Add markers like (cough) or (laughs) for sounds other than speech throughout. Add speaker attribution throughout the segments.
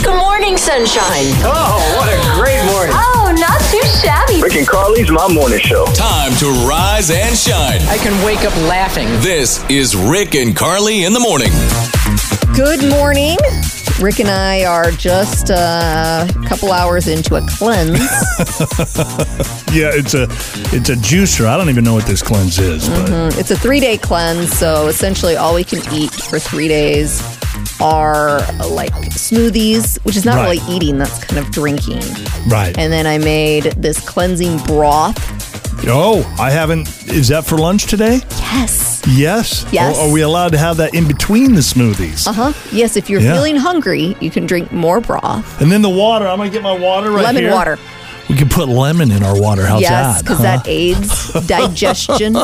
Speaker 1: morning sunshine.
Speaker 2: Oh, what a great morning.
Speaker 1: Oh, not too shabby.
Speaker 3: Rick and Carly's My Morning Show.
Speaker 4: Time to rise and shine.
Speaker 2: I can wake up laughing.
Speaker 4: This is Rick and Carly in the morning.
Speaker 5: Good morning. Rick and I are just uh, a couple hours into a cleanse. (laughs)
Speaker 6: Yeah, it's a it's a juicer. I don't even know what this cleanse is, but
Speaker 5: it's a three day cleanse, so essentially all we can eat for three days are like smoothies, which is not
Speaker 6: Right.
Speaker 5: really eating, that's kind of drinking.
Speaker 6: right.
Speaker 5: And then I made this cleansing broth.
Speaker 6: oh, I haven't. Is that for lunch today?
Speaker 5: Yes.
Speaker 6: Yes.
Speaker 5: Yes.
Speaker 6: Or are we allowed to have that in between the smoothies?
Speaker 5: Uh huh. Yes, if you're
Speaker 6: Yeah.
Speaker 5: feeling hungry, you can drink more broth.
Speaker 6: And then the water. I'm gonna get my water right
Speaker 5: Lemon
Speaker 6: here.
Speaker 5: water.
Speaker 6: We can put lemon in our water. How's
Speaker 5: yes,
Speaker 6: that?
Speaker 5: because
Speaker 6: huh?
Speaker 5: that aids
Speaker 6: (laughs)
Speaker 5: digestion.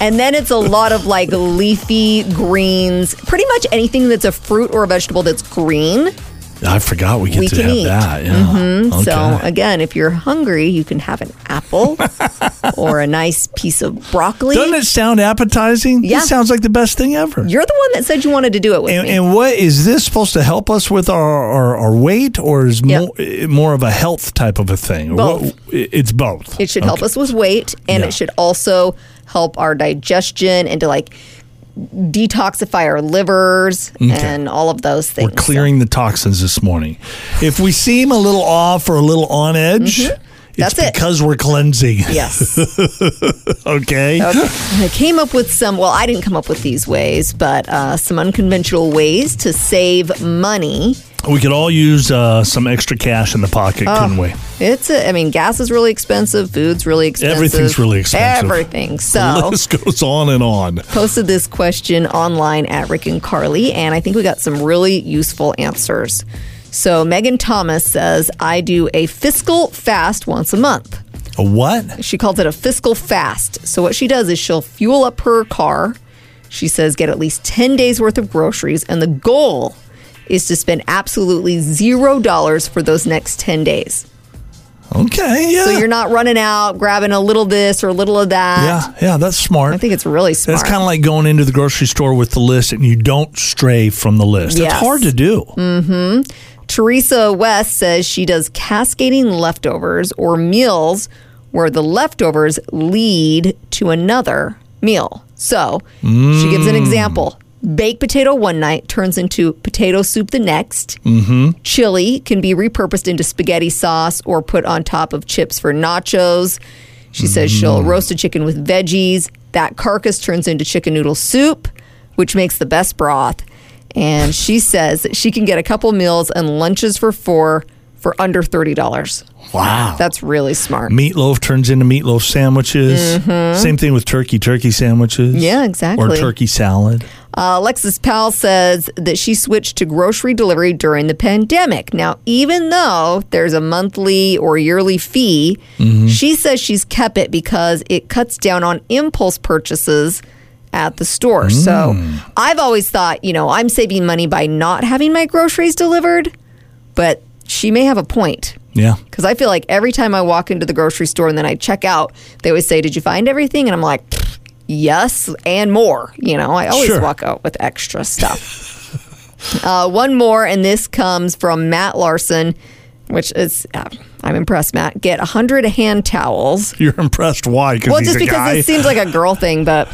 Speaker 5: and then it's a lot of like leafy greens, pretty much anything that's a fruit or a vegetable that's green.
Speaker 6: I forgot we get
Speaker 5: we
Speaker 6: to
Speaker 5: can
Speaker 6: have
Speaker 5: eat. Mm-hmm.
Speaker 6: that. Yeah. Okay.
Speaker 5: So again, if you're hungry, you can have an
Speaker 6: (laughs)
Speaker 5: apple or a nice piece of broccoli.
Speaker 6: Doesn't it sound appetizing?
Speaker 5: Yeah.
Speaker 6: This sounds like the best thing ever.
Speaker 5: You're the one that said you wanted to do it with
Speaker 6: And,
Speaker 5: me.
Speaker 6: and what is this supposed to help us with our, our, our weight, or is
Speaker 5: Yeah.
Speaker 6: more eh, more of a health type of a thing?
Speaker 5: Both.
Speaker 6: What- it's both.
Speaker 5: it should help us with weight, and
Speaker 6: Yeah.
Speaker 5: it should also help our digestion and to like detoxify our livers and all of those things.
Speaker 6: We're clearing the toxins this morning. If we seem a little off or a little on edge, it's
Speaker 5: Mm-hmm. That's it.
Speaker 6: because we're
Speaker 5: (laughs)
Speaker 6: cleansing. (laughs)
Speaker 5: So, yes.
Speaker 6: Okay.
Speaker 5: I came up with some. Well, I didn't come up with these ways, but uh, some unconventional ways to save money.
Speaker 6: We could all use uh, some extra cash in the pocket,
Speaker 5: Oh,
Speaker 6: couldn't we?
Speaker 5: It's a, I mean, gas is really expensive, food's really expensive.
Speaker 6: Everything's really expensive. (laughs)
Speaker 5: Everything.
Speaker 6: The
Speaker 5: So,
Speaker 6: list goes on and on.
Speaker 5: posted this question online at Rick and Carly, and I think we got some really useful answers. So, Megan Thomas says, I do a fiscal fast once a month.
Speaker 6: A what?
Speaker 5: She calls it a fiscal fast. So, what she does is she'll fuel up her car. She says, get at least 10 days worth of groceries, and the goal is to spend absolutely zero dollars for those next 10 days.
Speaker 6: Okay. Yeah.
Speaker 5: So you're not running out, grabbing a little this or a little of that.
Speaker 6: yeah. Yeah. That's smart.
Speaker 5: I think it's really smart.
Speaker 6: That's kind of like going into the grocery store with the list and you don't stray from the list. It's
Speaker 5: Yes. Mm.
Speaker 6: hard to do.
Speaker 5: Teresa West says she does cascading leftovers or meals where the leftovers lead to another meal. So she gives an example. Baked potato one night turns into potato soup the next. Mm-hmm. Chili can be repurposed into spaghetti sauce or put on top of chips for nachos. She says she'll roast a chicken with veggies. That carcass turns into chicken noodle soup, which makes the best broth. And she says that she can get a couple meals and lunches for four for under $30.
Speaker 6: Wow.
Speaker 5: That's really smart.
Speaker 6: meatloaf turns into meatloaf sandwiches. Same thing with turkey, turkey sandwiches.
Speaker 5: Mm-hmm. Yeah, exactly.
Speaker 6: Or turkey salad.
Speaker 5: Uh, Alexis Powell says that she switched to grocery delivery during the pandemic. Now, even though there's a monthly or yearly fee, she says she's kept it because it cuts down on impulse purchases at the store. So I've always thought, you know, I'm saving money by not having my groceries delivered, but she may have a point.
Speaker 6: Yeah.
Speaker 5: Because I feel like every time I walk into the grocery store and then I check out, they always say, Did you find everything? And I'm like, Yes, and more. You know, I always
Speaker 6: Sure.
Speaker 5: walk out with extra stuff. (laughs) uh, one more, and this comes from Matt Larson, which is, uh, I'm impressed, Matt. Get 100 hand towels.
Speaker 6: (laughs) You're impressed. Why?
Speaker 5: Well,
Speaker 6: he's
Speaker 5: just
Speaker 6: a
Speaker 5: because
Speaker 6: guy?
Speaker 5: it seems like a girl thing,
Speaker 6: (laughs)
Speaker 5: but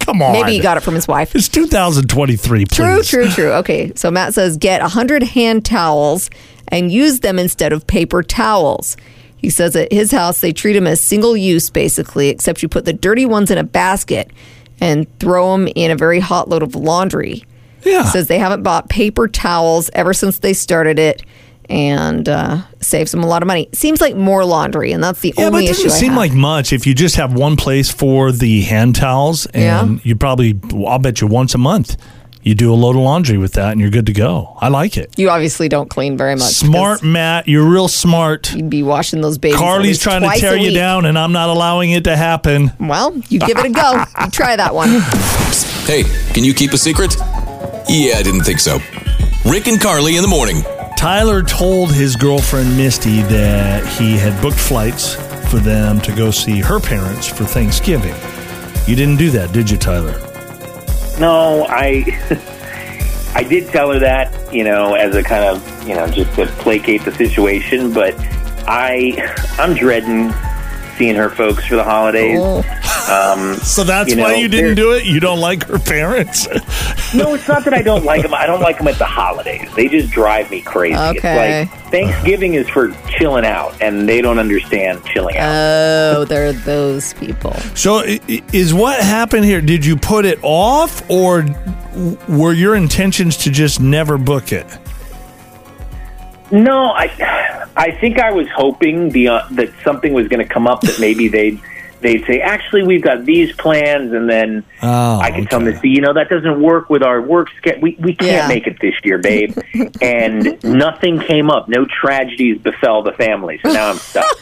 Speaker 6: Come on.
Speaker 5: maybe he got it from his wife.
Speaker 6: It's 2023.
Speaker 5: True,
Speaker 6: please.
Speaker 5: true, true. Okay, so Matt says get 100 hand towels and use them instead of paper towels. He says at his house they treat them as single use basically, except you put the dirty ones in a basket and throw them in a very hot load of laundry.
Speaker 6: Yeah.
Speaker 5: Says they haven't bought paper towels ever since they started it and uh, saves them a lot of money. Seems like more laundry, and that's the
Speaker 6: yeah, but
Speaker 5: only
Speaker 6: it
Speaker 5: issue.
Speaker 6: doesn't
Speaker 5: I
Speaker 6: seem
Speaker 5: have.
Speaker 6: like much if you just have one place for the hand towels, and
Speaker 5: Yeah.
Speaker 6: you probably, I'll bet you once a month, you do a load of laundry with that, and you're good to go. I like it.
Speaker 5: you obviously don't clean very much.
Speaker 6: Smart,
Speaker 5: Uh, because
Speaker 6: Matt. You're real smart.
Speaker 5: You'd be washing those babies. at
Speaker 6: Carly's
Speaker 5: least
Speaker 6: trying to
Speaker 5: twice a
Speaker 6: tear you
Speaker 5: week.
Speaker 6: down, and I'm not allowing it to happen.
Speaker 5: Well, you give it a go. you try that one. (laughs)
Speaker 4: Hey, can you keep a secret? Yeah, I didn't think so. Rick and Carly in the morning.
Speaker 6: Tyler told his girlfriend Misty that he had booked flights for them to go see her parents for Thanksgiving. You didn't do that, did you, Tyler?
Speaker 7: No, I.
Speaker 3: (laughs) I did tell her that, you know, as a kind of, you know, just to placate the situation. But I, I'm dreading seeing her folks for the holidays.
Speaker 2: Oh.
Speaker 5: Oh,
Speaker 6: So that's
Speaker 3: You
Speaker 6: why
Speaker 3: know,
Speaker 6: you didn't
Speaker 3: there-
Speaker 6: do it. You don't like her parents. (laughs)
Speaker 3: No, it's not that I don't like them. I don't like them at the holidays. They just drive me crazy.
Speaker 5: Okay.
Speaker 3: It's like Thanksgiving is for chilling out, and they don't understand chilling out.
Speaker 5: Oh, they're those people.
Speaker 6: so i- i- is what happened here? Did you put it off, or w- were your intentions to just never book it?
Speaker 3: No, I I think I was hoping the, uh, that something was going to come up that maybe they'd they'd say actually we've got these plans and then
Speaker 6: Oh,
Speaker 3: I could tell them to see you know that doesn't work with our work schedule we we can't
Speaker 5: Yeah.
Speaker 3: make it this year babe and nothing came up no tragedies befell the family so now I'm stuck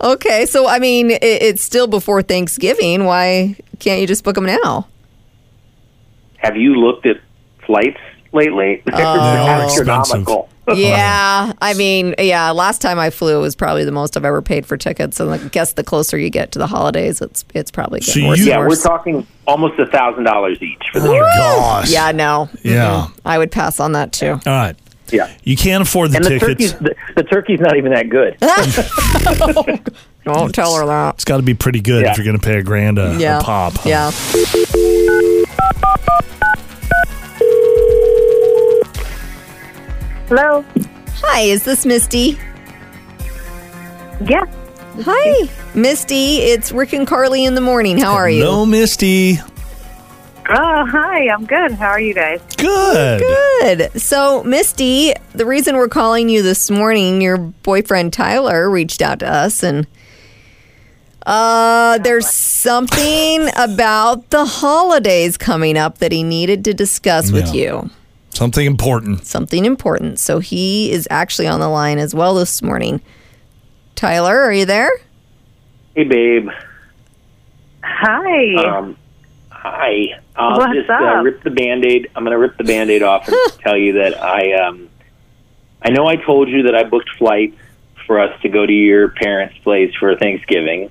Speaker 5: Okay, so I mean, it, it's still before Thanksgiving. Why can't you just book them now?
Speaker 3: have you looked at flights lately (laughs) They're astronomical
Speaker 5: Yeah, I mean, yeah. Last time I flew was probably the most I've ever paid for tickets, and I guess the closer you get to the holidays, it's it's probably
Speaker 6: So
Speaker 5: getting worse.
Speaker 6: you-
Speaker 5: and
Speaker 3: yeah we're
Speaker 5: worse.
Speaker 3: talking almost a thousand dollars each for the
Speaker 6: Oh, gosh.
Speaker 5: yeah, no,
Speaker 6: Yeah.
Speaker 5: I would pass on that too.
Speaker 6: All right.
Speaker 3: yeah
Speaker 6: You can't afford the
Speaker 3: and the
Speaker 6: tickets.
Speaker 3: turkey's the, the turkey's not even that good
Speaker 5: Don't tell her that.
Speaker 6: It's got to be pretty good
Speaker 3: Yeah.
Speaker 6: if you're going to pay a grand a, a
Speaker 5: Yeah,
Speaker 6: pop.
Speaker 5: Yeah.
Speaker 8: Hello.
Speaker 5: Hi, is this Misty?
Speaker 8: Yeah.
Speaker 5: Hi, Misty. It's Rick and Carly in the morning. How are you?
Speaker 6: No, Misty.
Speaker 8: Oh, hi. I'm good. How are you guys?
Speaker 6: Good.
Speaker 5: Good. So, Misty, the reason we're calling you this morning, your boyfriend Tyler reached out to us and uh there's something about the holidays coming up that he needed to discuss with
Speaker 6: Yeah.
Speaker 5: you.
Speaker 6: Something important.
Speaker 5: Something important. So, he is actually on the line as well this morning. Tyler, are you there?
Speaker 3: hey babe
Speaker 8: Hi.
Speaker 3: Um, hi. I'll
Speaker 8: What's
Speaker 3: just Uh,
Speaker 8: up?
Speaker 3: rip the band-aid. I'm going to rip the band-aid off
Speaker 8: (laughs)
Speaker 3: and tell you that I um I know I told you that I booked flights for us to go to your parents' place for Thanksgiving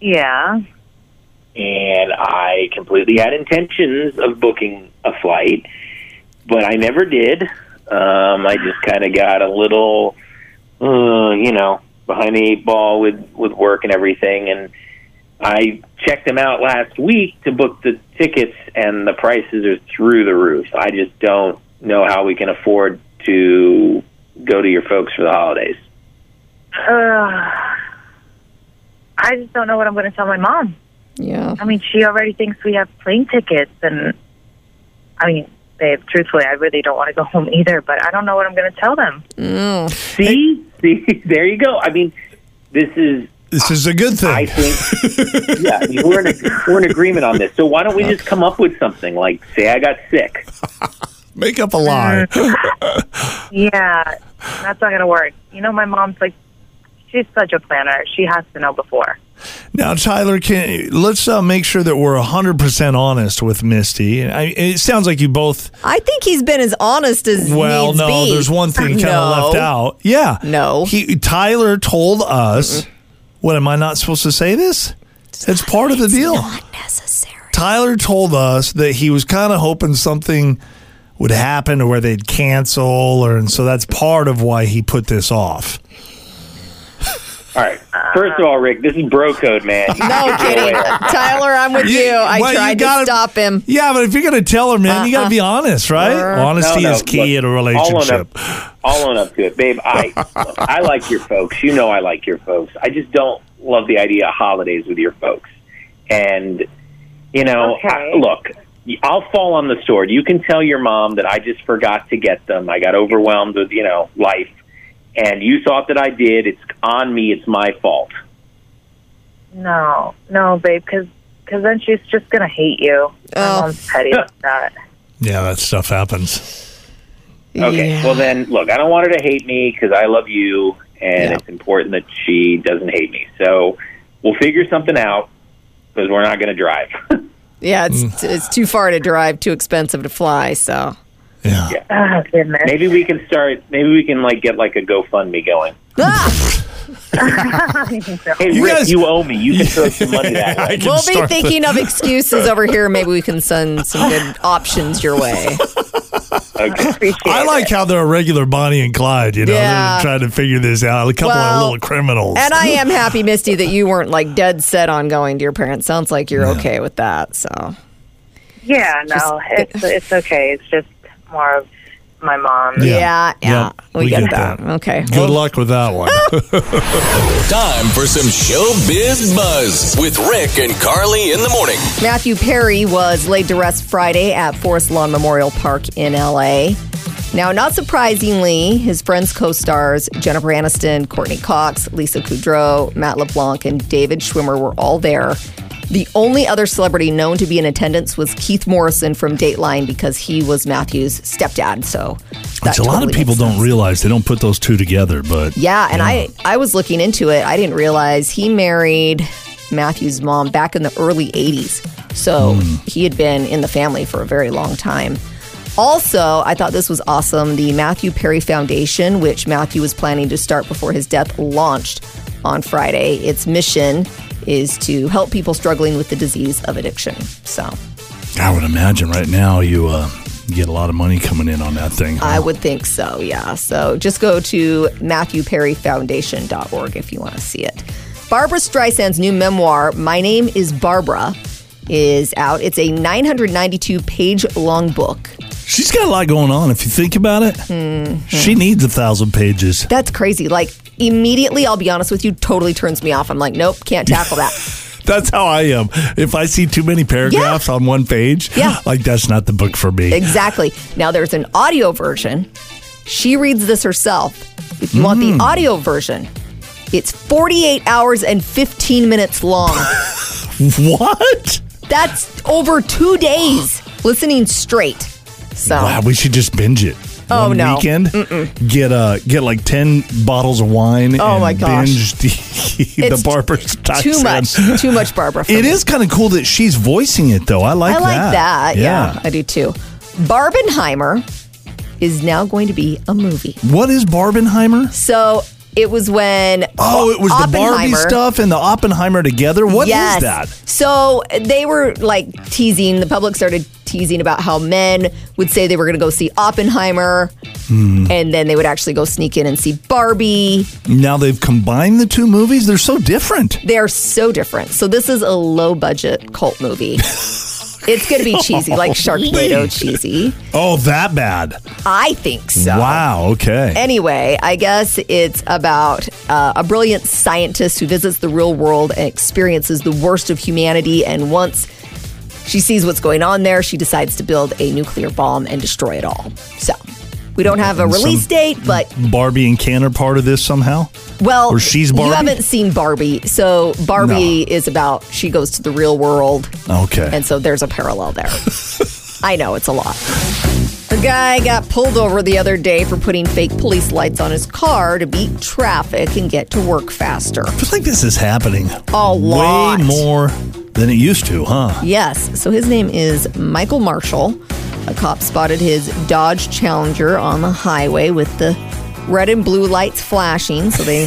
Speaker 8: yeah.
Speaker 3: and I completely had intentions of booking a flight, but I never did. Um, I just kind of got a little, uh, you know, behind the eight ball with with work and everything, and I checked them out last week to book the tickets, and the prices are through the roof. I just don't know how we can afford to go to your folks for the holidays.
Speaker 8: Uh, I just don't know what I'm going to tell my mom.
Speaker 5: Yeah.
Speaker 8: I mean, she already thinks we have plane tickets, and I mean, babe, truthfully, I really don't want to go home either. But I don't know what I'm going to tell them.
Speaker 3: See, see, (laughs) there you go. I mean, this is
Speaker 6: This is a good thing.
Speaker 3: I think, yeah, we're in, we're in agreement on this. So why don't we just come up with something like, say, I got sick.
Speaker 6: Make up a lie.
Speaker 8: (laughs) Mm. Yeah, that's not going to work. You know, my mom's like, she's such a planner. She has to know before.
Speaker 6: Now, Tyler, can let's uh, make sure that we're hundred percent honest with Misty. I, it sounds like you both.
Speaker 5: I think he's been as honest as
Speaker 6: Well,
Speaker 5: needs
Speaker 6: no,
Speaker 5: be.
Speaker 6: there's one thing kind of
Speaker 5: No.
Speaker 6: left out. Yeah,
Speaker 5: No.
Speaker 6: He Tyler told us. What am I not supposed to say this? It's, part of the deal.
Speaker 5: Necessary.
Speaker 6: Tyler told us that he was kind of hoping something would happen to where they'd cancel, or and so that's part of why he put this off.
Speaker 3: All right. First of all, Rick, this is bro code, man. You (laughs)
Speaker 5: No
Speaker 3: can't get away
Speaker 5: kidding.
Speaker 3: with it.
Speaker 5: Tyler, I'm with
Speaker 6: You-
Speaker 5: you. I
Speaker 6: well, you
Speaker 5: tried
Speaker 6: gotta-
Speaker 5: to stop him.
Speaker 6: Yeah, but if you're gonna tell her, man, you gotta be honest, right?
Speaker 3: No,
Speaker 6: Honesty
Speaker 3: no,
Speaker 6: is key
Speaker 3: look,
Speaker 6: in a
Speaker 3: I'll own,
Speaker 6: relationship.
Speaker 3: up, I'll own up to it, babe.
Speaker 6: (laughs)
Speaker 3: I look, I like your folks. You know, I like your folks. I just don't love the idea of holidays with your folks. And you know, I,
Speaker 8: Okay.
Speaker 3: look, I'll fall on the sword. You can tell your mom that I just forgot to get them. I got overwhelmed with you know life, and you thought that I did. It's on me. It's my fault.
Speaker 8: No, no, babe, because because then she's just going to hate you.
Speaker 5: Oh.
Speaker 8: My mom's petty like that.
Speaker 6: Yeah, that stuff happens.
Speaker 3: Okay.
Speaker 5: Yeah.
Speaker 3: Well, then, look, I don't want her to hate me because I love you, and
Speaker 5: Yeah.
Speaker 3: it's important that she doesn't hate me. So we'll figure something out because we're not going to drive. (laughs)
Speaker 5: yeah, it's it's too far to drive, too expensive to fly. So
Speaker 6: Yeah.
Speaker 8: Oh, goodness.
Speaker 3: maybe we can start. Maybe we can like get like a GoFundMe going.
Speaker 5: Ah!
Speaker 3: Hey,
Speaker 9: You
Speaker 3: you Rick,
Speaker 9: guys-
Speaker 3: you owe me. You can throw some money
Speaker 9: (laughs)
Speaker 3: that way.
Speaker 9: I can
Speaker 5: We'll be
Speaker 9: start the-
Speaker 5: thinking of excuses over here. Maybe we can send some good options your way.
Speaker 3: Okay.
Speaker 8: Appreciate
Speaker 9: I like how they're a regular Bonnie and Clyde, you know,
Speaker 5: Yeah.
Speaker 9: they're trying to figure this out. A couple
Speaker 5: Well,
Speaker 9: of little criminals.
Speaker 5: And I am happy, Misty, that you weren't like dead set on going to your parents. Sounds like you're okay with that. So
Speaker 8: it. Yeah, no, it's it's okay. It's just more of my mom.
Speaker 9: Yeah.
Speaker 5: yeah, yeah,
Speaker 9: Yep,
Speaker 5: we,
Speaker 9: we
Speaker 5: get,
Speaker 9: get
Speaker 5: that.
Speaker 9: that.
Speaker 5: Okay.
Speaker 9: Good luck with that
Speaker 5: (laughs)
Speaker 9: one.
Speaker 4: Time for some showbiz buzz with Rick and Carly in the morning.
Speaker 5: Matthew Perry was laid to rest Friday at Forest Lawn Memorial Park in LA. Now, not surprisingly, his friends co stars Jennifer Aniston, Courtney Cox, Lisa Kudrow, Matt LeBlanc, and David Schwimmer were all there. The only other celebrity known to be in attendance was Keith Morrison from Dateline because he was Matthew's stepdad. So,
Speaker 6: Which
Speaker 5: that
Speaker 6: a lot of
Speaker 5: totally
Speaker 6: people
Speaker 5: makes
Speaker 6: don't
Speaker 5: sense.
Speaker 6: realize. They don't put those two together, but
Speaker 5: Yeah, and I I was looking into it. I didn't realize he married Matthew's mom back in the early 80s. So he had been in the family for a very long time. Also, I thought this was awesome. The Matthew Perry Foundation, which Matthew was planning to start before his death, launched on Friday. Its mission is to help people struggling with the disease of addiction. So
Speaker 6: I would imagine right now you uh, get a lot of money coming in on that thing.
Speaker 5: I would think so, yeah. So just go to MatthewPerryFoundation.org if you want to see it. Barbara Streisand's new memoir, My Name is Barbara, is out. It's a 992 page long book.
Speaker 6: She's got a lot going on if you think about it.
Speaker 5: Mm-hmm.
Speaker 6: She needs a thousand pages.
Speaker 5: That's crazy. Like, immediately, I'll be honest with you, totally turns me off. I'm like, nope, can't tackle that.
Speaker 6: That's how I am. If I see too many paragraphs on one page,
Speaker 5: Yeah.
Speaker 6: like that's not the book for me.
Speaker 5: Exactly. Now there's an audio version. She reads this herself. If you want the audio version, it's 48 hours and 15 minutes long.
Speaker 6: (laughs) What?
Speaker 5: That's over two days listening straight. So
Speaker 6: Wow, we should just binge it.
Speaker 5: Oh,
Speaker 6: One
Speaker 5: no.
Speaker 6: Weekend, get uh, get like ten bottles of wine.
Speaker 5: Oh,
Speaker 6: and
Speaker 5: my gosh.
Speaker 6: binge (laughs) the, the
Speaker 5: It's
Speaker 6: Barbara Streisand.
Speaker 5: too much, too much,
Speaker 6: (laughs)
Speaker 5: Barbara. for
Speaker 6: It
Speaker 5: me.
Speaker 6: is kind of cool that she's voicing it though. I like
Speaker 5: I like that.
Speaker 6: that.
Speaker 5: Yeah. I do too. Barbenheimer is now going to be a movie.
Speaker 6: What is Barbenheimer?
Speaker 5: So it was when
Speaker 6: Oh, it was the Barbie
Speaker 5: Oppenheimer-
Speaker 6: stuff and the Oppenheimer together. What is
Speaker 5: yes.
Speaker 6: that?
Speaker 5: So they were like teasing, the public started teasing about how men would say they were going to go see Oppenheimer
Speaker 6: Hmm.
Speaker 5: and then they would actually go sneak in and see Barbie.
Speaker 6: Now they've combined the two movies. They're so different.
Speaker 5: They are so different. So this is a low budget cult
Speaker 6: (laughs)
Speaker 5: movie. it's going to be cheesy, like Sharknado cheesy.
Speaker 6: Oh, that bad.
Speaker 5: I think so.
Speaker 6: Wow. Okay.
Speaker 5: Anyway, I guess it's about uh, a brilliant scientist who visits the real world and experiences the worst of humanity. And once she sees what's going on there, she decides to build a nuclear bomb and destroy it all. So we don't have a release date, but
Speaker 6: Barbie and Ken are part of this somehow.
Speaker 5: well,
Speaker 6: Or she's
Speaker 5: You
Speaker 6: Barbie?
Speaker 5: haven't seen Barbie, so Barbie is about she goes to the real world,
Speaker 6: Okay.
Speaker 5: and so there's a parallel there. I know it's a lot. A guy got pulled over the other day for putting fake police lights on his car to beat traffic and get to work faster.
Speaker 6: I feel like this is happening
Speaker 5: A lot.
Speaker 6: way more than it used to, huh?
Speaker 5: Yes. So his name is Michael Marshall. A cop spotted his Dodge Challenger on the highway with the red and blue lights flashing. So they,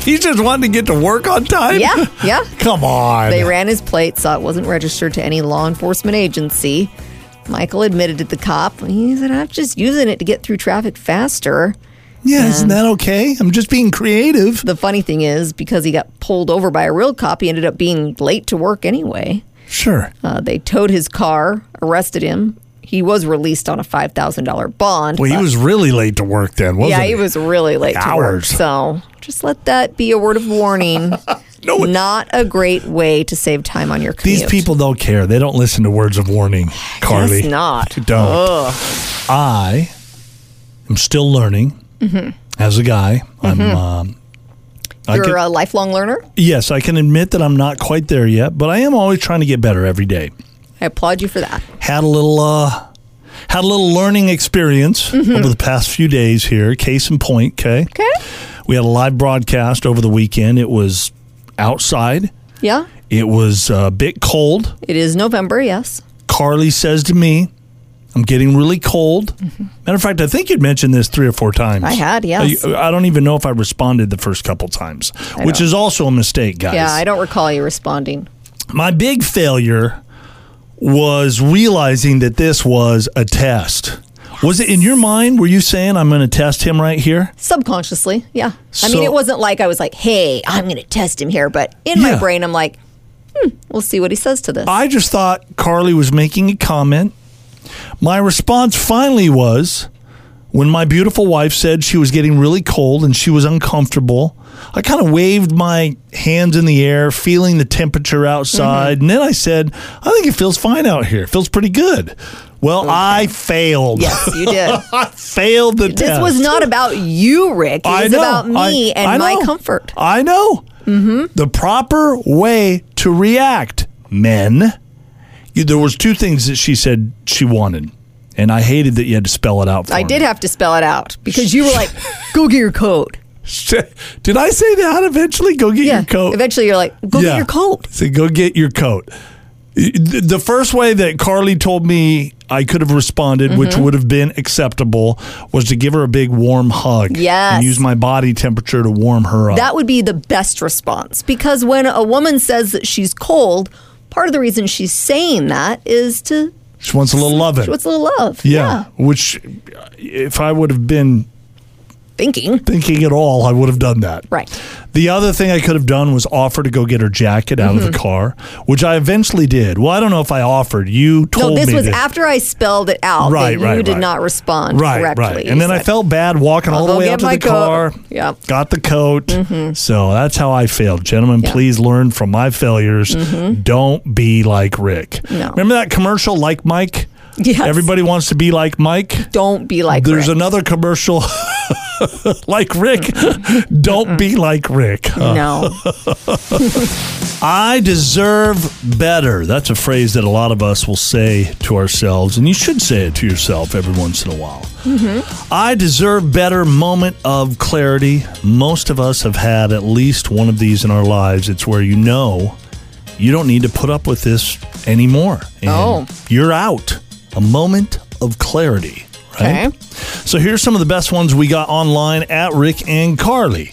Speaker 6: He's just wanting to get to work on time. (laughs)
Speaker 5: yeah, yeah.
Speaker 6: Come on.
Speaker 5: They ran his plate, saw it wasn't registered to any law enforcement agency. Michael admitted to the cop, he said, I'm just using it to get through traffic faster.
Speaker 6: yeah, isn't that okay? I'm just being creative.
Speaker 5: The funny thing is, because he got pulled over by a real cop, he ended up being late to work anyway.
Speaker 6: Sure.
Speaker 5: Uh, they towed his car, arrested him. He was released on a $5,000 bond.
Speaker 6: Well, he
Speaker 5: but-
Speaker 6: was really late to work then, wasn't
Speaker 5: Uh, yeah,
Speaker 6: he?
Speaker 5: he was really late to work.
Speaker 6: Hours.
Speaker 5: So just let that be a word of warning.
Speaker 6: (laughs) No, it-
Speaker 5: Not a great way to save time on your commute.
Speaker 6: These people don't care. They don't listen to words of warning, Carly.
Speaker 5: Guess not.
Speaker 6: They (laughs) don't. I am still learning as a guy. I'm. Um, I
Speaker 5: Mm-hmm. You're
Speaker 6: can-
Speaker 5: a lifelong learner.
Speaker 6: yes, I can admit that I'm not quite there yet, but I am always trying to get better every day.
Speaker 5: I applaud you for that.
Speaker 6: had a little uh, had a little learning experience over the past few days here. Case in point, okay.
Speaker 5: Mm-hmm. Okay.
Speaker 6: We had a live broadcast over the weekend. It was outside.
Speaker 5: Yeah.
Speaker 6: It was uh, a bit cold.
Speaker 5: It is November, yes.
Speaker 6: Carly says to me, I'm getting really cold. Matter of fact, I think you'd mentioned this three or four times.
Speaker 5: Mm-hmm. I had, yes.
Speaker 6: Uh, you- I don't even know if I responded the first couple times, which
Speaker 5: don't-
Speaker 6: is also a mistake, guys.
Speaker 5: Yeah, I don't recall you responding.
Speaker 6: My big failure was realizing that this was a test. Was it in your mind? Were you saying I'm going to test him right here?
Speaker 5: Subconsciously, yeah. I
Speaker 6: So-
Speaker 5: mean, it wasn't like I was like, hey, I'm going to test him here. But in
Speaker 6: Yeah.
Speaker 5: my brain, I'm like, hmm, we'll see what he says to this.
Speaker 6: I just thought Carly was making a comment. My response finally was when my beautiful wife said she was getting really cold and she was uncomfortable. I kind of waved my hands in the air, feeling the temperature
Speaker 5: Mm-hmm.
Speaker 6: outside. And then I said, I think it feels fine out here. It feels pretty good. Well, I failed.
Speaker 5: yes, you did.
Speaker 6: (laughs) I failed the
Speaker 5: This
Speaker 6: test.
Speaker 5: was not about you, Rick. It was about me
Speaker 6: I-
Speaker 5: and
Speaker 6: I
Speaker 5: my
Speaker 6: know.
Speaker 5: comfort. Mm-hmm.
Speaker 6: I know. The proper way to react, men. You, there was two things that she said she wanted, and I hated that you had to spell it out for
Speaker 5: I
Speaker 6: me.
Speaker 5: did have to spell it out because you were like, go get your coat.
Speaker 6: (laughs) did I say that eventually? Go get
Speaker 5: Yeah.
Speaker 6: your coat.
Speaker 5: Eventually, you're like, go get your coat.
Speaker 6: So go get your coat. The the first way that Carly told me I could have responded, which
Speaker 5: Mm-hmm.
Speaker 6: would have been acceptable, was to give her a big warm hug.
Speaker 5: Yes.
Speaker 6: And use my body temperature to warm her up.
Speaker 5: That would be the best response because when a woman says that she's cold, part of the reason she's saying that is to
Speaker 6: she wants a little loving.
Speaker 5: what's a little love.
Speaker 6: Yeah, which uh, if I would have been
Speaker 5: Thinking.
Speaker 6: thinking at all, I would have done that.
Speaker 5: Right.
Speaker 6: The other thing I could have done was offer to go get her jacket out
Speaker 5: Mm-hmm.
Speaker 6: of the car, which I eventually did. Well, I don't know if I offered. You told
Speaker 5: No,
Speaker 6: me
Speaker 5: this was
Speaker 6: to-
Speaker 5: after I spelled it out
Speaker 6: Right,
Speaker 5: that you
Speaker 6: right,
Speaker 5: did
Speaker 6: right.
Speaker 5: not respond
Speaker 6: Right,
Speaker 5: correctly.
Speaker 6: right. And then I
Speaker 5: So-
Speaker 6: felt bad walking all the
Speaker 5: I'll
Speaker 6: way
Speaker 5: get
Speaker 6: out to
Speaker 5: my
Speaker 6: the car.
Speaker 5: coat. Mm-hmm. Yep.
Speaker 6: Got the coat. So that's how I failed. Gentlemen, please learn from my failures. Don't be like Rick.
Speaker 5: Mm-hmm. No.
Speaker 6: Remember that commercial, Like Mike?
Speaker 5: Yes.
Speaker 6: Everybody wants to be like Mike.
Speaker 5: don't be like
Speaker 6: There's
Speaker 5: Rick.
Speaker 6: another commercial (laughs) like Rick. Don't be like Rick. Uh,
Speaker 5: no.
Speaker 6: I deserve better. That's a phrase that a lot of us will say to ourselves, and you should say it to yourself every once in a while. I deserve better moment of clarity. Most of us have had at least one of these in our lives. It's where you know you don't need to put up with this anymore. And
Speaker 5: Oh.
Speaker 6: You're out. A moment of clarity, (laughs) right?
Speaker 5: Okay.
Speaker 6: So here's some of the best ones we got online at Rick and Carly.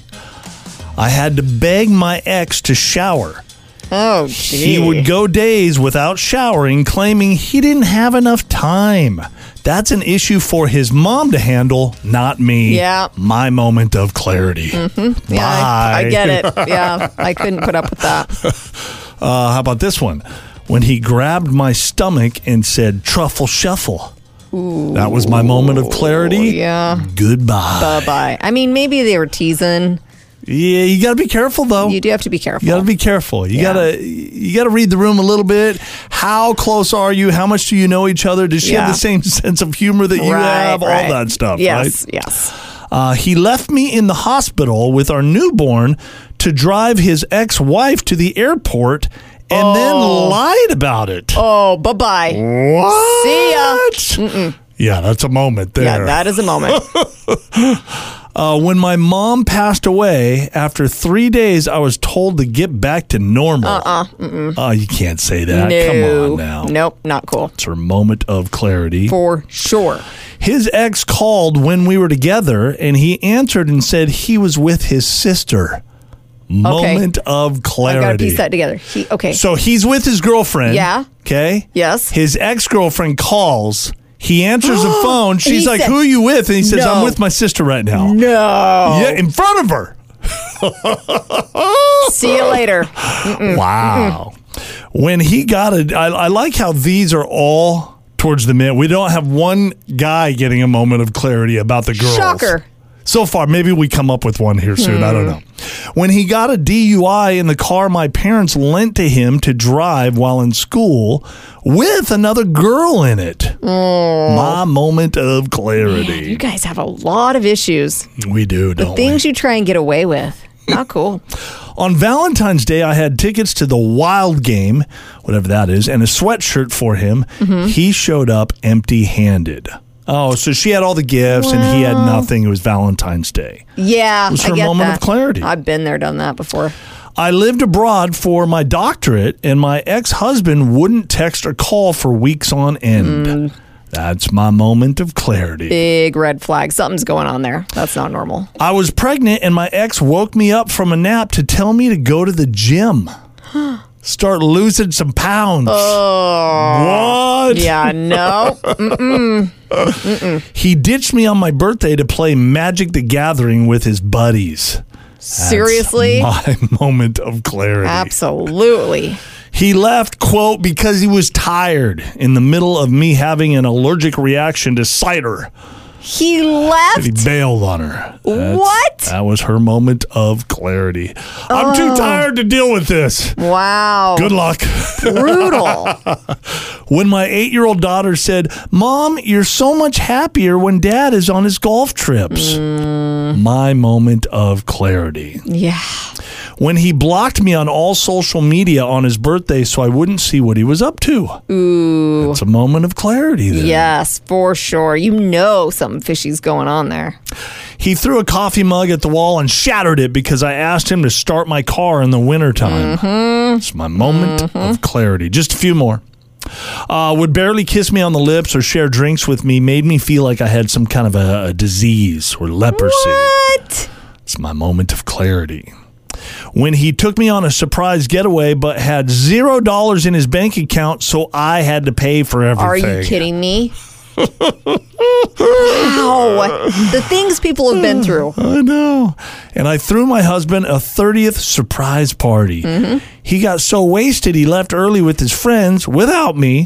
Speaker 6: I had to beg my ex to shower.
Speaker 5: Oh,
Speaker 6: He
Speaker 5: gee.
Speaker 6: would go days without showering, claiming he didn't have enough time. That's an issue for his mom to handle, not me.
Speaker 5: Yeah. Mm-hmm.
Speaker 6: My moment of clarity. Bye.
Speaker 5: Yeah, I, I get
Speaker 6: (laughs)
Speaker 5: it. Yeah, I couldn't put up with that.
Speaker 6: Uh, how about this one? When he grabbed my stomach and said, truffle shuffle. That was my moment of clarity.
Speaker 5: Yeah.
Speaker 6: Goodbye.
Speaker 5: Bye bye. I mean, maybe they were teasing.
Speaker 6: yeah, you got to be careful, though.
Speaker 5: You do have to be careful.
Speaker 6: Oh. You got to be careful. You
Speaker 5: Yeah.
Speaker 6: got to you got to read the room a little bit. How close are you? How much do you know each other? Does she have
Speaker 5: Yeah.
Speaker 6: the same (laughs) sense of humor that you
Speaker 5: Right,
Speaker 6: have?
Speaker 5: right.
Speaker 6: All that stuff,
Speaker 5: Yes,
Speaker 6: right?
Speaker 5: yes.
Speaker 6: Uh, he left me in the hospital with our newborn to drive his ex-wife to the airport and then lied about it.
Speaker 5: Oh, bye bye.
Speaker 6: What?
Speaker 5: See ya.
Speaker 6: Yeah, that's a moment there.
Speaker 5: Yeah, that is a moment.
Speaker 6: Uh, when my mom passed away, after three days, I was told to get back to normal. Uh uh Oh, you can't say that.
Speaker 5: Uh-uh, no.
Speaker 6: (laughs) Come on now.
Speaker 5: Nope, not cool.
Speaker 6: It's her moment of clarity.
Speaker 5: For sure.
Speaker 6: His ex called when we were together, and he answered and said he was with his sister. Moment of
Speaker 5: I
Speaker 6: clarity.
Speaker 5: got to piece that together. He, okay.
Speaker 6: So he's with his girlfriend.
Speaker 5: Yeah.
Speaker 6: Okay.
Speaker 5: Yes.
Speaker 6: His ex girlfriend calls. He
Speaker 5: (gasps)
Speaker 6: answers the phone. She's
Speaker 5: he
Speaker 6: like,
Speaker 5: said-
Speaker 6: "Who are you with?" And he says, "I'm
Speaker 5: No.
Speaker 6: with my sister right now."
Speaker 5: no.
Speaker 6: Yeah, in front of her.
Speaker 5: See you later.
Speaker 6: Wow. When he got it, I, I like how these are all towards the men. We don't have one guy getting a moment of clarity about the girls.
Speaker 5: Shocker.
Speaker 6: So far, maybe we come up with one here soon. I don't know. When he got a DUI in the car my parents lent to him to drive while in school with another girl in it. My moment of
Speaker 5: You
Speaker 6: clarity.
Speaker 5: guys have a lot of issues.
Speaker 6: We do, don't we?
Speaker 5: Things you try and get away with. Not cool.
Speaker 6: On Valentine's Day, I had tickets to the Wild game, whatever that is, and a sweatshirt for him. He showed up empty handed. Oh, so she had all the gifts and he had nothing. It was Valentine's Day.
Speaker 5: Yeah.
Speaker 6: was
Speaker 5: I
Speaker 6: her
Speaker 5: get
Speaker 6: moment of
Speaker 5: that.
Speaker 6: clarity.
Speaker 5: I've been there, done that before.
Speaker 6: I lived abroad for my doctorate, and my ex husband wouldn't text or call for weeks on end. That's my moment of clarity.
Speaker 5: Big red flag. Something's going on there. That's not normal.
Speaker 6: I was pregnant and my ex woke me up from a nap to tell me to go to the gym. (gasps) Start losing some pounds. Oh. What? (laughs)
Speaker 5: Yeah, no.
Speaker 6: He ditched me on my birthday to play Magic the Gathering with his buddies. That's
Speaker 5: Seriously?
Speaker 6: my (laughs) moment of clarity.
Speaker 5: Absolutely.
Speaker 6: He left, quote, because he was tired in the middle of me having an allergic reaction to cider.
Speaker 5: He
Speaker 6: He
Speaker 5: left.
Speaker 6: bailed on her. That's-
Speaker 5: What? Oh.
Speaker 6: That was her moment of clarity. I'm too tired to deal with this.
Speaker 5: Wow.
Speaker 6: (laughs) Good luck.
Speaker 5: Brutal.
Speaker 6: (laughs) when my eight year old daughter said, Mom, you're so much happier when dad is on his golf trips. My moment of clarity.
Speaker 5: yeah.
Speaker 6: When he blocked me on all social media on his birthday so I wouldn't see what he was up to. Ooh. It's a moment of clarity there.
Speaker 5: Yes, for sure. You know something fishy's going on there.
Speaker 6: He threw a coffee mug at the wall and shattered it because I asked him to start my car in the wintertime.
Speaker 5: Mm-hmm.
Speaker 6: It's my moment of clarity. Just a few more. Uh, would barely kiss me on the lips or share drinks with me, made me feel like I had some kind of a, a disease or leprosy.
Speaker 5: What?
Speaker 6: It's my moment of clarity. When he took me on a surprise getaway but had zero dollars in his bank account, so I had to pay for everything.
Speaker 5: Are you kidding
Speaker 6: (laughs)
Speaker 5: me? wow. The things people have been through.
Speaker 6: I know. And I threw my husband a 30th surprise party.
Speaker 5: Mm-hmm.
Speaker 6: He got so wasted he left early with his friends without me.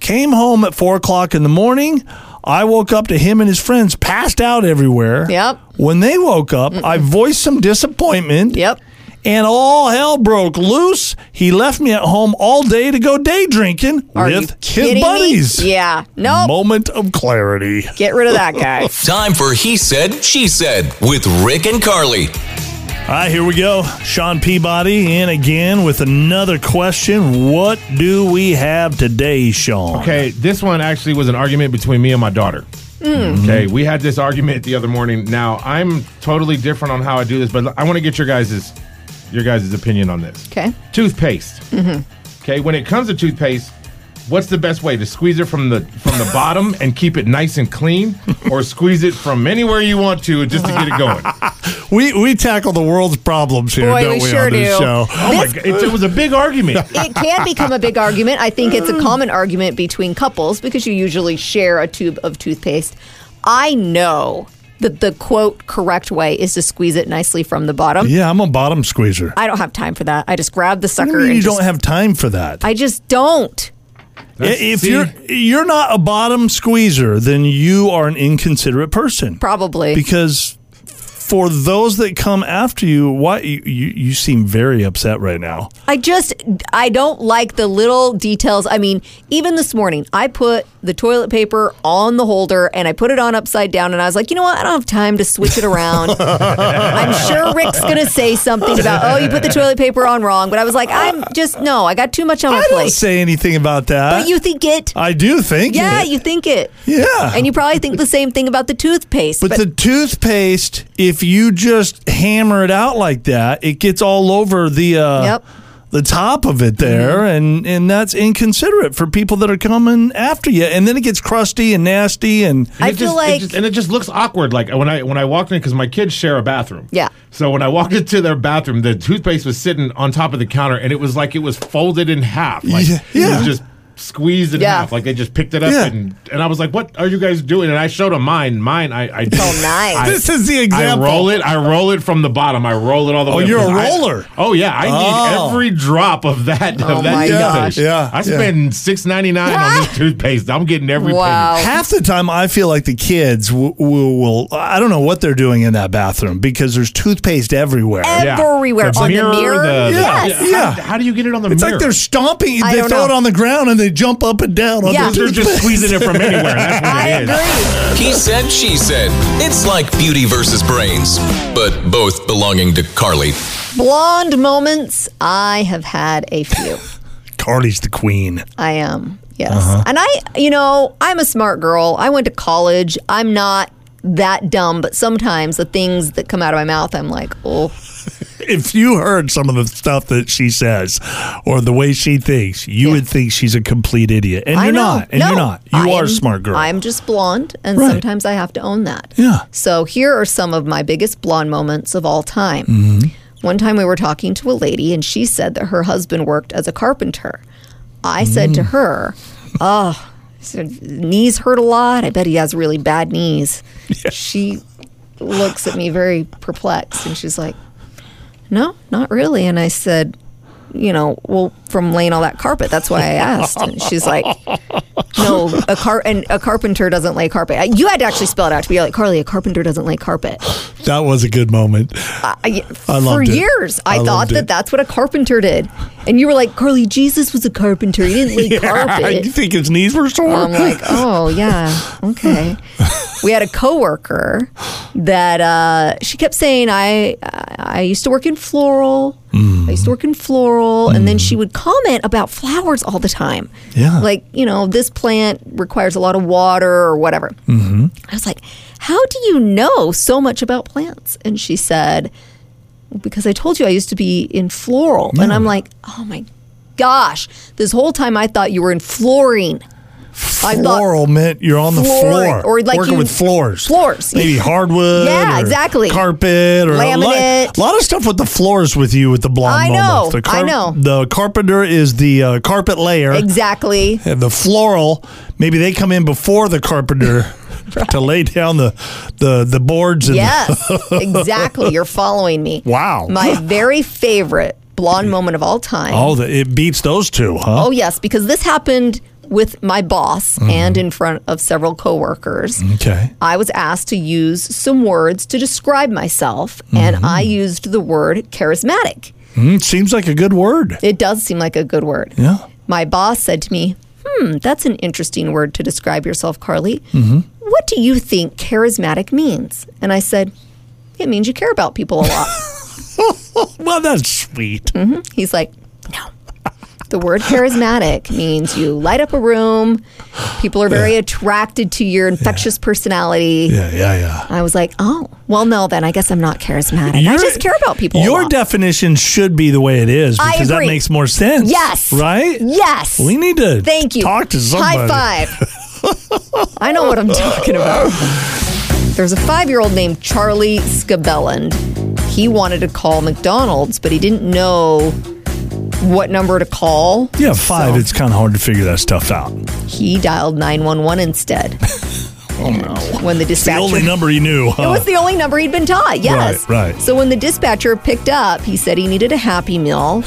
Speaker 6: Came home at four o'clock in the morning. I woke up to him and his friends passed out everywhere.
Speaker 5: Yep.
Speaker 6: When they woke up, I voiced some disappointment.
Speaker 5: Yep.
Speaker 6: And all hell broke loose. He left me at home all day to go day drinking
Speaker 5: Are you
Speaker 6: with
Speaker 5: kidding
Speaker 6: his
Speaker 5: me?
Speaker 6: buddies.
Speaker 5: Yeah. Nope.
Speaker 6: Moment of clarity.
Speaker 5: Get rid of that
Speaker 6: (laughs)
Speaker 5: guy.
Speaker 4: Time for He Said, She Said with Rick and Carly.
Speaker 6: All right, here we go. Sean Peabody in again with another question. What do we have today, Sean?
Speaker 10: Okay, this one actually was an argument between me and my daughter. Okay, we had this argument the other morning. Now I'm totally different on how I do this, but I want to get your guys' your guys' opinion on this.
Speaker 5: Okay.
Speaker 10: Toothpaste. Okay, when it comes to toothpaste, what's the best way to squeeze it from the from the bottom and keep it nice and clean, or squeeze it from anywhere you want to just to get
Speaker 6: (laughs)
Speaker 10: it going?
Speaker 6: We we tackle the world's problems here,
Speaker 5: Boy,
Speaker 6: don't
Speaker 5: we
Speaker 6: we,
Speaker 5: sure
Speaker 6: on this
Speaker 5: do.
Speaker 6: show?
Speaker 10: Oh my god, it, it was a big argument.
Speaker 5: It can become a big argument. I think it's a common argument between couples because you usually share a tube of toothpaste. I know that the quote correct way is to squeeze it nicely from the bottom.
Speaker 6: (laughs) Yeah, I'm a bottom squeezer.
Speaker 5: I don't have time for that. I just grab the
Speaker 6: What
Speaker 5: sucker
Speaker 6: do you mean
Speaker 5: and
Speaker 6: you
Speaker 5: just-
Speaker 6: don't have time for that.
Speaker 5: I just don't.
Speaker 6: if
Speaker 10: see?
Speaker 6: you're you're not a bottom squeezer, then you are an inconsiderate person.
Speaker 5: Probably.
Speaker 6: Because for those that come after you, why you, you, you seem very upset right now.
Speaker 5: I just I don't like the little details. I mean, even this morning, I put the toilet paper on the holder and I put it on upside down and I was like, "You know what? I don't have time to switch it
Speaker 6: (laughs)
Speaker 5: around." I'm sure Rick's going to say something about, "Oh, you put the toilet paper on wrong." But I was like, "I'm just no, I got too much on my
Speaker 6: I don't
Speaker 5: plate."
Speaker 6: say anything about that.
Speaker 5: But you think it?
Speaker 6: I do think
Speaker 5: Yeah,
Speaker 6: it.
Speaker 5: you think it.
Speaker 6: Yeah.
Speaker 5: And you probably think the same thing about the toothpaste.
Speaker 6: But, the toothpaste, if you just hammer it out like that, it gets all over the uh,
Speaker 5: Yep. Mm-hmm.
Speaker 6: the top of it there, and and that's inconsiderate for people that are coming after you, and then it gets crusty and nasty, and
Speaker 5: I
Speaker 10: it
Speaker 5: feel
Speaker 10: just, it
Speaker 5: like
Speaker 10: just- and it just looks awkward. Like when I when I walked in because my kids share a bathroom.
Speaker 5: Yeah.
Speaker 10: So when I walked into their bathroom, the toothpaste was sitting on top of the counter, and it was like it was folded in half. Like
Speaker 6: Yeah.
Speaker 10: it
Speaker 6: Yeah.
Speaker 10: was just squeezed in
Speaker 5: Yeah.
Speaker 10: half. Like they just picked it up
Speaker 6: Yeah.
Speaker 10: and and I was like, "What are you guys doing?" And I showed them mine. Mine, I I do. (laughs)
Speaker 5: Oh, nice.
Speaker 10: I-
Speaker 6: This is the
Speaker 10: I
Speaker 6: example.
Speaker 10: roll it. I roll it from the bottom. I roll it all the
Speaker 6: Oh,
Speaker 10: way. up.
Speaker 6: you're a
Speaker 10: 'Cause I-
Speaker 6: roller.
Speaker 10: oh yeah, I
Speaker 6: Oh.
Speaker 10: need every drop of that. Of
Speaker 5: Oh,
Speaker 10: that
Speaker 5: my
Speaker 10: toothpaste.
Speaker 5: gosh.
Speaker 6: Yeah,
Speaker 10: I
Speaker 6: yeah.
Speaker 10: spend six ninety nine
Speaker 5: (laughs)
Speaker 10: on this toothpaste. I'm getting every penny.
Speaker 5: wow.
Speaker 6: half the time I feel like the kids w- will, will I don't know what they're doing in that bathroom because there's toothpaste everywhere.
Speaker 10: Yeah.
Speaker 5: Everywhere
Speaker 10: The
Speaker 5: on the mirror.
Speaker 10: the-
Speaker 6: Yeah.
Speaker 5: Yes.
Speaker 6: Yeah.
Speaker 10: How, how do you get it on the
Speaker 6: it's
Speaker 10: mirror?
Speaker 6: like they're stomping.
Speaker 5: I
Speaker 6: They
Speaker 5: don't
Speaker 6: throw it
Speaker 5: know.
Speaker 6: on the ground and they jump up and down. On
Speaker 5: Yeah.
Speaker 6: the
Speaker 10: they're just
Speaker 6: toothpaste.
Speaker 10: squeezing it from anywhere.
Speaker 6: (laughs)
Speaker 10: That's what
Speaker 5: I
Speaker 10: it is.
Speaker 5: agree.
Speaker 4: He Said, She Said. It's like beauty versus brains, but both belonging to Carly.
Speaker 5: Blonde moments, I have had a few.
Speaker 6: Carly's the queen.
Speaker 5: I am. Yes.
Speaker 6: Uh-huh.
Speaker 5: And I, you know, I'm a smart girl. I went to college. I'm not that dumb, but sometimes the things that come out of my mouth, I'm like, oh,
Speaker 6: if you heard some of the stuff that she says or the way she thinks, you would think she's a complete idiot. And
Speaker 5: I
Speaker 6: you're
Speaker 5: know.
Speaker 6: not. And
Speaker 5: No,
Speaker 6: you're not. You
Speaker 5: I
Speaker 6: are
Speaker 5: am-
Speaker 6: a smart girl.
Speaker 5: I'm just blonde, and
Speaker 6: Right.
Speaker 5: sometimes I have to own that.
Speaker 6: Yeah.
Speaker 5: So here are some of my biggest blonde moments of all time. One time we were talking to a lady, and she said that her husband worked as a carpenter. I said to her, "Oh, I said, knees hurt a lot. I bet he has really bad knees." She looks at me very perplexed, and she's like, "No, not really." And I said, you know, well, from laying all that carpet. That's why I asked. And she's like, no,
Speaker 6: (laughs)
Speaker 5: a car and a carpenter doesn't lay carpet. Uh, You had to actually spell it out to be like, Carly, a carpenter doesn't lay carpet.
Speaker 6: that was a good moment.
Speaker 5: I,
Speaker 6: I
Speaker 5: for
Speaker 6: loved it.
Speaker 5: years, I,
Speaker 6: I
Speaker 5: thought
Speaker 6: loved
Speaker 5: that
Speaker 6: it.
Speaker 5: that's what a carpenter did. And you were like, Carly, Jesus was a carpenter. He didn't lay
Speaker 6: (laughs)
Speaker 5: carpet.
Speaker 6: you think his knees were sore?
Speaker 5: I'm like, oh yeah, okay. we had a coworker that uh, she kept saying, I I used to work in floral. I used to work in floral, and then she would comment about flowers all the time.
Speaker 6: Yeah.
Speaker 5: like you know, this plant requires a lot of water or whatever. Mm-hmm. I was like, how do you know so much about plants? And she said. Because I told you I used to be in floral. And I'm like, oh my gosh, this whole time I thought you were in flooring. I thought-
Speaker 6: Floral meant you're on the
Speaker 5: Flooring,
Speaker 6: floor.
Speaker 5: or like
Speaker 6: working
Speaker 5: you-
Speaker 6: with floors.
Speaker 5: floors.
Speaker 6: Maybe hardwood.
Speaker 5: Yeah,
Speaker 6: or
Speaker 5: exactly.
Speaker 6: Carpet or a lot,
Speaker 5: Laminate.
Speaker 6: lot of stuff with the floors with you with the blonde
Speaker 5: I know,
Speaker 6: moments. The
Speaker 5: I know.
Speaker 6: The carpenter is the uh, carpet layer.
Speaker 5: Exactly.
Speaker 6: (laughs) And uh, the floral, maybe they come in before
Speaker 5: (laughs)
Speaker 6: the carpenter to lay down the the, the boards and
Speaker 5: Yes, exactly. You're following me.
Speaker 6: Wow.
Speaker 5: My very favorite blonde moment of all time.
Speaker 6: oh, the, it beats those two, huh?
Speaker 5: Oh, yes, because this happened with my boss
Speaker 6: Mm-hmm.
Speaker 5: and in front of several coworkers.
Speaker 6: Okay.
Speaker 5: I was asked to use some words to describe myself,
Speaker 6: Mm-hmm.
Speaker 5: and I used the word charismatic.
Speaker 6: Mm, seems like a good word.
Speaker 5: It does seem like a good word.
Speaker 6: Yeah.
Speaker 5: My boss said to me, Hmm, that's an interesting word to describe yourself, Carly.
Speaker 6: Mm-hmm.
Speaker 5: What do you think charismatic means? And I said, It means you care about people a
Speaker 6: (laughs)
Speaker 5: lot.
Speaker 6: Well, that's sweet.
Speaker 5: Mm-hmm. He's like, no. The word charismatic means you light up a room. People are very attracted to your infectious personality.
Speaker 6: Yeah, yeah, yeah.
Speaker 5: I was like, oh, well, no, then I guess I'm not charismatic. I
Speaker 6: Your-
Speaker 5: just care about people. a
Speaker 6: Your
Speaker 5: lot.
Speaker 6: definition should be the way it is
Speaker 5: I
Speaker 6: because that
Speaker 5: agree.
Speaker 6: makes more sense.
Speaker 5: Yes.
Speaker 6: Right?
Speaker 5: Yes.
Speaker 6: We need to
Speaker 5: Thank you.
Speaker 6: talk to somebody.
Speaker 5: High five.
Speaker 6: (laughs)
Speaker 5: I know what I'm talking about. There's a five year old named Charlie Scabelland. He wanted to call McDonald's, but he didn't know what number to call.
Speaker 6: Yeah, five.
Speaker 5: So-
Speaker 6: It's kind of hard to figure that stuff out.
Speaker 5: he dialed 911
Speaker 6: (laughs)
Speaker 5: instead. oh no. When the
Speaker 6: The
Speaker 5: dispatcher
Speaker 6: only number you knew, huh?
Speaker 5: It was the only number he'd been taught. Yes.
Speaker 6: Oh. Right, right.
Speaker 5: So when the dispatcher picked up, he said he needed a happy
Speaker 6: (laughs)
Speaker 5: meal.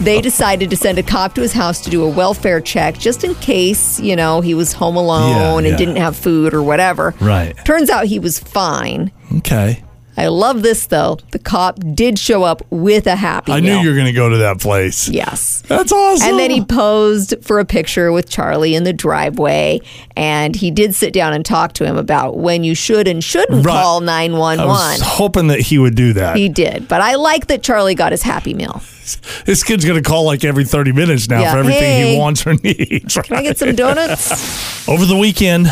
Speaker 5: they decided to send a cop to his house to do a welfare check just in case, you know, he was home alone and
Speaker 6: yeah.
Speaker 5: didn't have food or whatever.
Speaker 6: Right.
Speaker 5: Turns out he was fine.
Speaker 6: okay.
Speaker 5: I love this though. The cop did show up with a happy
Speaker 6: I
Speaker 5: meal.
Speaker 6: knew you were going to go to that place.
Speaker 5: Yes.
Speaker 6: That's awesome.
Speaker 5: And then he posed for a picture with Charlie in the driveway. And he did sit down and talk to him about when you should and shouldn't
Speaker 6: Right.
Speaker 5: call
Speaker 6: I was
Speaker 5: 911.
Speaker 6: hoping that he would do that.
Speaker 5: He did. But I like that Charlie got his Happy Meal.
Speaker 6: this kid's going to call like every 30 minutes now
Speaker 5: Yeah.
Speaker 6: for everything
Speaker 5: Hey.
Speaker 6: he wants or needs.
Speaker 5: Can I get some donuts?
Speaker 6: (laughs) Over the weekend,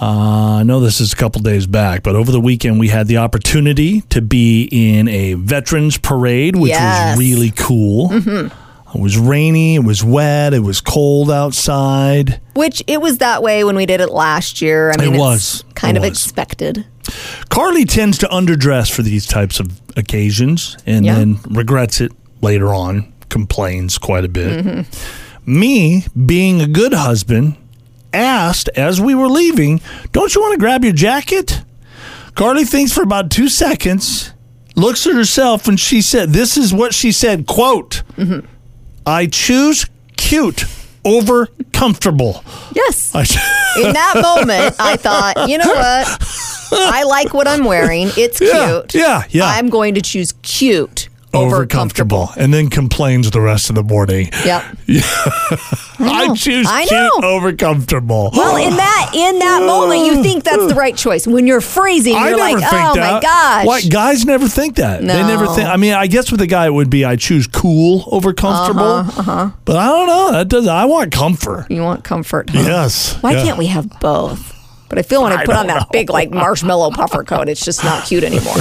Speaker 6: uh, I know this is a couple days back, but over the weekend we had the opportunity to be in a veterans parade, which
Speaker 5: Yes. Mm-hmm.
Speaker 6: was really cool. It was rainy, it was wet, it was cold outside.
Speaker 5: Which it was that way when we did it last year. I mean,
Speaker 6: It
Speaker 5: it's
Speaker 6: was.
Speaker 5: kind
Speaker 6: It
Speaker 5: of
Speaker 6: was.
Speaker 5: expected.
Speaker 6: Carly tends to underdress for these types of occasions and
Speaker 5: Yeah.
Speaker 6: then regrets it later on, complains quite a bit.
Speaker 5: Mm-hmm.
Speaker 6: Me, being a good husband, asked as we were leaving, Don't you want to grab your jacket? Carly thinks for about two seconds, looks at herself, and she said, This is what she said, quote,
Speaker 5: Mm-hmm.
Speaker 6: I choose cute over comfortable.
Speaker 5: Yes.
Speaker 6: I,
Speaker 5: (laughs)
Speaker 6: (laughs)
Speaker 5: In that moment, I thought, you know what? I like what I'm wearing. It's cute.
Speaker 6: Yeah, yeah, yeah.
Speaker 5: I'm going to choose cute over, comfortable.
Speaker 6: and then complains the rest of the morning.
Speaker 5: Yep.
Speaker 6: I,
Speaker 5: know.
Speaker 6: choose
Speaker 5: I
Speaker 6: cute
Speaker 5: know.
Speaker 6: over comfortable.
Speaker 5: Well, in that in that moment, you think that's the right choice. When you're freezing,
Speaker 6: I
Speaker 5: you're
Speaker 6: never
Speaker 5: like,
Speaker 6: think
Speaker 5: "Oh
Speaker 6: that.
Speaker 5: my gosh!"
Speaker 6: Why guys never think that? They never
Speaker 5: No.
Speaker 6: think. I mean, I guess with a guy it would be I choose cool over comfortable.
Speaker 5: Uh-huh,
Speaker 6: But I don't know. That does. I want comfort.
Speaker 5: You want comfort? huh?
Speaker 6: Yes.
Speaker 5: Why
Speaker 6: Yeah.
Speaker 5: can't we have both? But I feel when I put on that big like marshmallow puffer coat, it's just not cute anymore.